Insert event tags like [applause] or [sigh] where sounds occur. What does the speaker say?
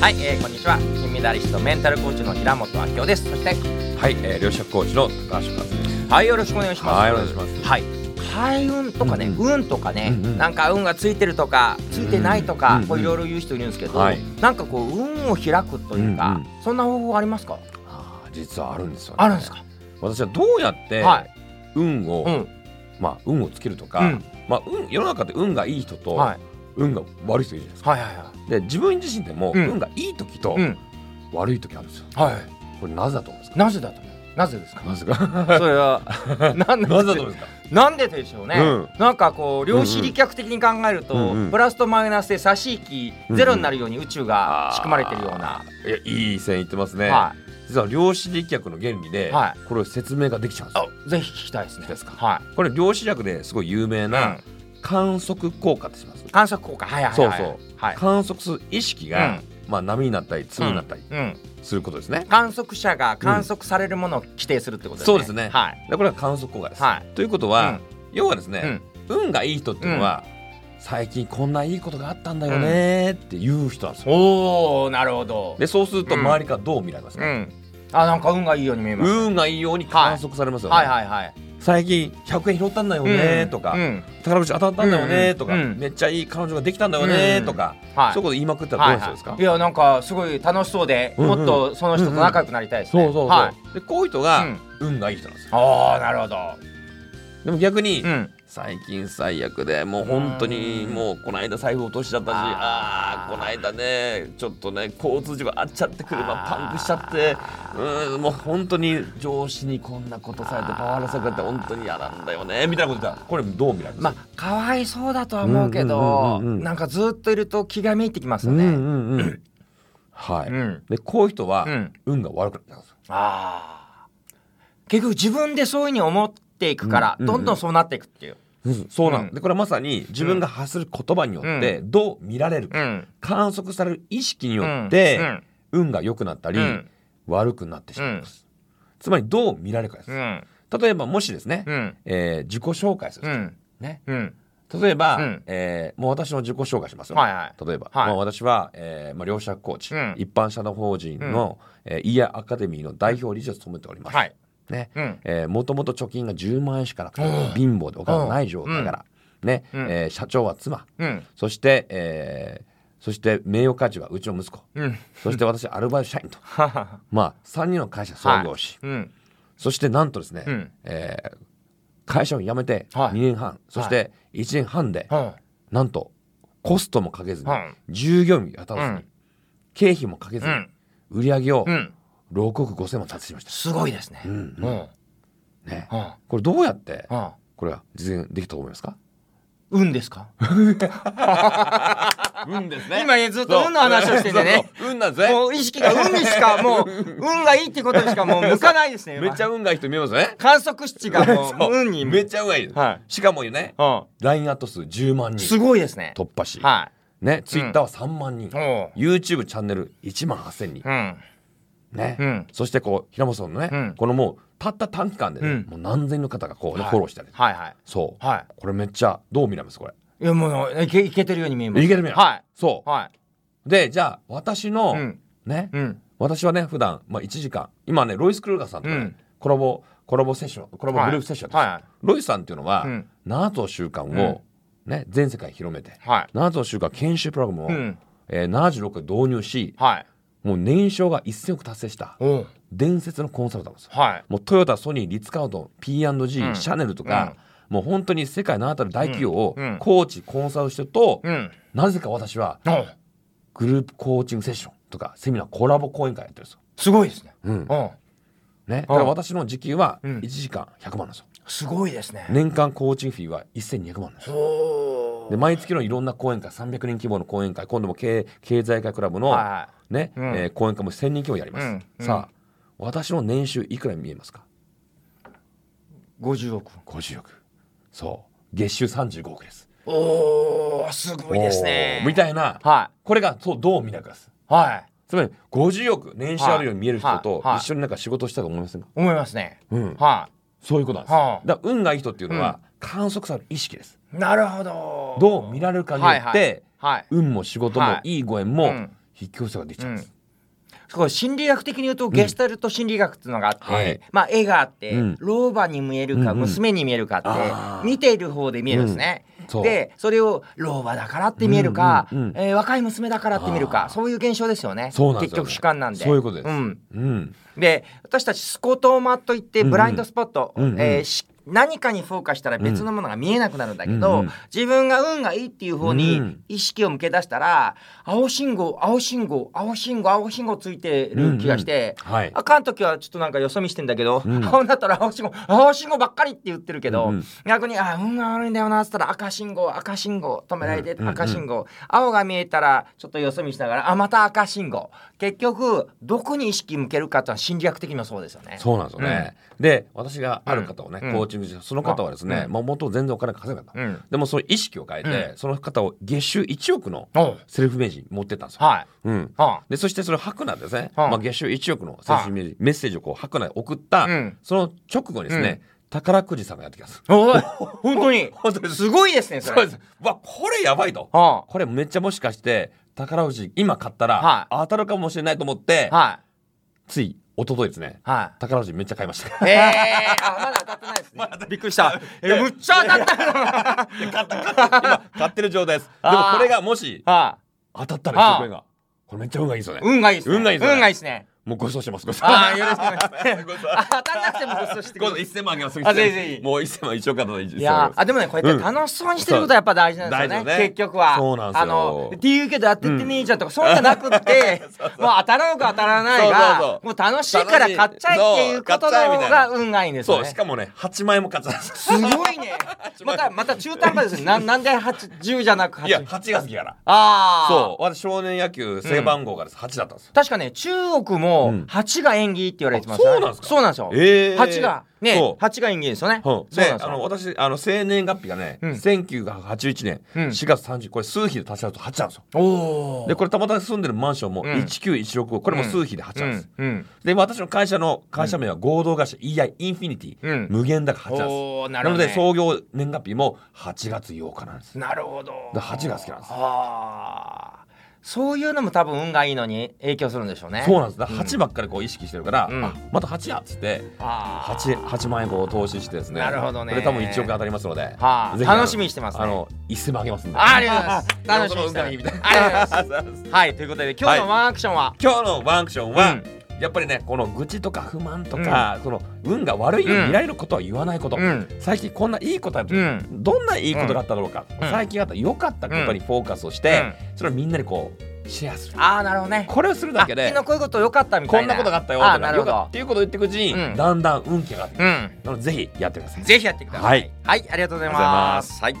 はい、えー、こんにちは金メダリストメンタルコーチの平本明夫ですそしてはい、えー、両者コーチの高橋和です。はいよろしくお願いしますはいお願いしますはい開運とかね、うん運とかね、うんうんなんか運がついてるとかついてないとか、うんこういろいろ言う人いるんですけど、はいなんかこう運を開くというか、うそんな方法ありますかああ、実はあるんですよ、ね。あるんです。か、私はどうやって、はい運を、うんまあ運をつけるとか、うんまあ運世の中で運がいい人と、はい運が悪い人いるじゃないですか。はいはいはで自分自身でも、うん運がいい時と、いうん悪い時あるんですよ。はいこれなぜだと思いますか。なぜだと思うなぜですかなぜ [laughs] か。それは [laughs] なんでなぜだと思いますか。なんででしょうね、うんなんかこう量子力学的に考えると、うんうんプラスとマイナスで差し引きゼロになるように宇宙が仕組まれてるような、いやいい線いってますね。は実は量子力学の原理で、はこれを説明ができちゃうんですよ。い、ぜひ聞きたいですねですかはこれ量子力ですごい有名い、う、なん観測効果ってします。観測効果はいはいはいはいそうはい、観測する意識が、まあ波になったりう粒んになったりうん、することですね。観測者が観測されるものを規定するってことですね、そうですねはいでこれが観測効果です。はということい、は、要はですね、うん運がいい人っていうのは、最近こんないいことがあったんだよねーっていう人なんですうん、よ。おおなるほどでそうするとうん周りからどう見られますうか、んあなんか運がいいように見えます、運がいいように観測されますよね。はいはいはい最近100円拾ったんだよねーとか、うん宝くじ当たったんだよねーとか、うんうんめっちゃいい彼女ができたんだよねーとか、はい、そういうこと言いまくったらどうなる人ですか、はいはい、いやなんかすごい楽しそうで、うんうんもっとその人と仲良くなりたいですそね、うそうそう、はい、でこういう人うがん運がいい人なんですよ。ああなるほど、でも逆に、うん、最近最悪でもう本当にもうこの間財布落としちゃったしあーああーこの間ねちょっとね交通事故あっちゃって車パンクしちゃってうーんもう本当に上司にこんなことされてパワハラされて本当に嫌なんだよねみたいなことだこれどう見られますまあかわいそうだとは思うけど、うんうんうんうんなんかずっといると気がめいってきますようんうね、んうんはうんいでこういう人はうん運が悪くなっちゃうんですよああ結局自分でそういうふうに思っていくから、うんうんうんどんどんそうなっていくっていう、そうなんうんでこれはまさに自分が発する言葉によってどう見られうるかん、観測される意識によっうんうてん運が良くなったり、うん悪くなってしまいます、つまりどう見られるかです、うん例えばもしですね、うんえー自己紹介する、うんねうん例えば、うんえーもう私の自己紹介しますよ、はいはい例えば、はいまあ、私は、えーまあ、両者コーチ、うん一般社団法人の、えーイヤーアカデミーの代表理事を務めております、はいねうんえーもともと貯金が10万円しかなくて、うん貧乏でお金がない状態から、ねうんえー社長は妻うんそして、えーそして名誉会長はうちの息子うん [laughs] そして私アルバイト社員と、ははまあ、3人の会社創は業し、うんそしてなんとですね、うんえー会社を辞めてはい2年半、そして1年半で、はなんとコストもかけずに、はい従業員やたらずに、うん経費もかけずうに、ん売り上げをうん6億5千万達成しました、すごいですね、うんうんうんね、これどうやってこれが実現できたと思いますか運です [laughs] か運です今ねずっと運の話をしててね運なんですねもう意識が運にし [laughs] かもう運がいいってことにしかもう向かないですねめっちゃ運がいい人見えますね観測値がもそうう運にめっちゃ運がいい、はしかもねう LINE アット数10万んす人ごいですね突破し、はね、Twitter は3万人、いおう YouTube チャンネル1万8000人う、んねうんそしてこう平本さんのね、うんこのもうたった短期間でね、うんもう何千人の方がこうね、はいフォローしたりはいはいそう、はこれめっちゃどう見られますこれいいやもういけいけてるように見えますいけてるように見えますはそいはいうでじゃあ私の、うんねうん私はね普段まあ1時間今ねロイス・クルーガーさんとね、うんコラボコラボセッションコラボグループセッションやってますはいはいロイさんっていうのは、うん7つの習慣を、ね、全世界に広めてはい7つの習慣研修プログラムを、うんえー76回導入しはいもう年商が1000億達成したおう伝説のコンサルタントですはいもうトヨタ、ソニー、リッツ・カートン、P&G、うんシャネルとか、もう本当に世界のあたる大企業をうんうんコーチ、コンサルしてると、うんなぜか私はおうグループコーチングセッションとかセミナー、コラボ講演会やってるんですよ。すごいですねうんおうね、だから私の時給はうん1時間100万なんですよ。すごいですね年間コーチングフィーは1200万なんですよ。おで毎月のいろんな講演会300人規模の講演会今度も経経済界クラブの、はねうんえー講演会も1000人規模やります、うんうんさあ私の年収いくら見えますかい50億50億そう月収35億ですおおすごいですねおーみたいなはこれがそうどう見なくですいはいつまり50億年収あるように見える人とはいはい一緒になんか仕事したと思いませんか、思いますねうん、はそういうことなんです、はあだから運がいい人っていうのは観測される意識です、いなるほどどう見られるかによって、はいはいはい運も仕事はもいいいご縁うもん引き寄せができちゃうんです。すごい心理学的に言うとゲスタルト心理学っていうのがあって、はいまあ、絵があって、うん老婆に見えるうんかうん娘に見えるかあっーて見ている方で見えるんですね。うんそうでそれを老婆だからって見えるか、うんうんうんえー若い娘だからって見るあかーそういう現象ですよねそうなんです結よね局主観なんで。そういうことですんうん。で私たちスコトーマといってうんうんブラインドスポット、うんうんえーし何かにフォーカスしたら別のものが見えなくなるんだけうんど、うん自分が運がいいっていう方うにん意識を向け出したら、青信号青信号青信号青信号ついてる気がして、うんうんはいあかん時はちょっとなんかよそ見してんだけど、うん青になったら青信号青信号ばっかりって言ってるけど、うんうん逆にあ運が悪いんだよなっつったら赤信号赤信号止められてうんうんうん赤信号、青が見えたらちょっとよそ見しながらあまた赤信号結局どこに意識向けるかっていうのは心理学的にもそうですよね。そうなんですよね。で、私がある方をね、うんコーチングして、その方はですね、うんもう元々全然お金稼げなかった。うんでもその意識を変えて、その方を月収1億のおうセルフイメージに持ってったんですよ。はい、うん。はで、そしてそれを白なんですね、はあまあ、月収1億のセルフイメージ、メッセージをこう白なんで送った、うんその直後にですね、宝くじさんがやってきたんです。あ、おい本当 [laughs] に本当ですすごいですねそそれ。うです。うわ、これやばいと。はこれめっちゃもしかして、宝くじ今買ったらは当たるかもしれないと思って、あ、はいつい一昨日ですね、はい。宝くじめっちゃ買いました。ええあまだ当たってないですね。 [laughs] びっくりした。えむっちゃ当たった。 [laughs] 買った買った今買ってる状態ですでもあーこれがもしあ当たったら1億円がこれめっちゃ運がいいですよね運がいいですね。運がいいですね運がいいですね。もうご馳走してますご馳走 [laughs] ああよろしくお願いします。ご馳走 [laughs] あ当たんなくてもごちそうしてくれ今度る。 1000万あげますあぜひぜひもう1000万一億円だったらいいですいやーあでもねこうやって楽しそうにしてることはやっぱ大事なんですよね,、うん大事よね結局はそうなんですよあのっていうけど当ててねえじゃんとか、そうじゃなくって [laughs] もう当たろうか当たらないがそうそうそうもう楽しいから買っちゃえっていうことのそう買っちゃえみ方たいなが運がいいんですそようねしかもね8万円も買ってたんですすごい [laughs] ねまたまた中途半端ですねなんなんで8 10じゃなく8 [laughs] いや8が好きからああそう私少年野球正番号がです8だったんですよ確かね中国もうん8が縁起って言われてますあそうなんですかそうなんですよ、えー8がねそう8が縁起ですよね、うんそうでなんですあのよ私あの生年月日がねうん1981年うん4月30これ数比で足し合うと8なんですよおーでこれたまたま住んでるマンションもうん1916これも数比で8なんですうんうんで私の会社の会社名は合同会社 EI インフィニティ、うん無限だから8月おーななるほのどねで創業年月日も8月8日なんですなるほど。だから8が好きなんですああ。そういうのも多分運がいいのに影響するんでしょうね。そうう。なんですだ8ばっかりこう意識してるから、うんあまた8やっつってああ。 8, 8万円こう投資してですねなるほどねこれ多分1億円当たりますので、はいぜひあの楽しみにしてますねあの1000万あげますんでありがとうございます。楽しみにしてまみたす [laughs] いありがとうございまなありがとうございますす。はい、ということで今日のワンアクションは、今日のワンアクションは、うんやっぱりねこの愚痴とか不満とか、その運が悪いようん未来のことは言わないこと、うん最近こんないいことある、うんどんないいことがあっただろうか、うん最近あった良かったことにフォーカスをして、それをみんなにこうシェアするああ、なるほどね。これをするだけあで昨日こういうこと良かったみたこいんな。なことがあったよとあかあなる良ほかったどっ。ていうことを言っていくうちに、うんだんだん運気が上がってくるうん。なのでぜひやってください。ぜひやってください。はいはい、ありがとうございありがとうございま。ますはい。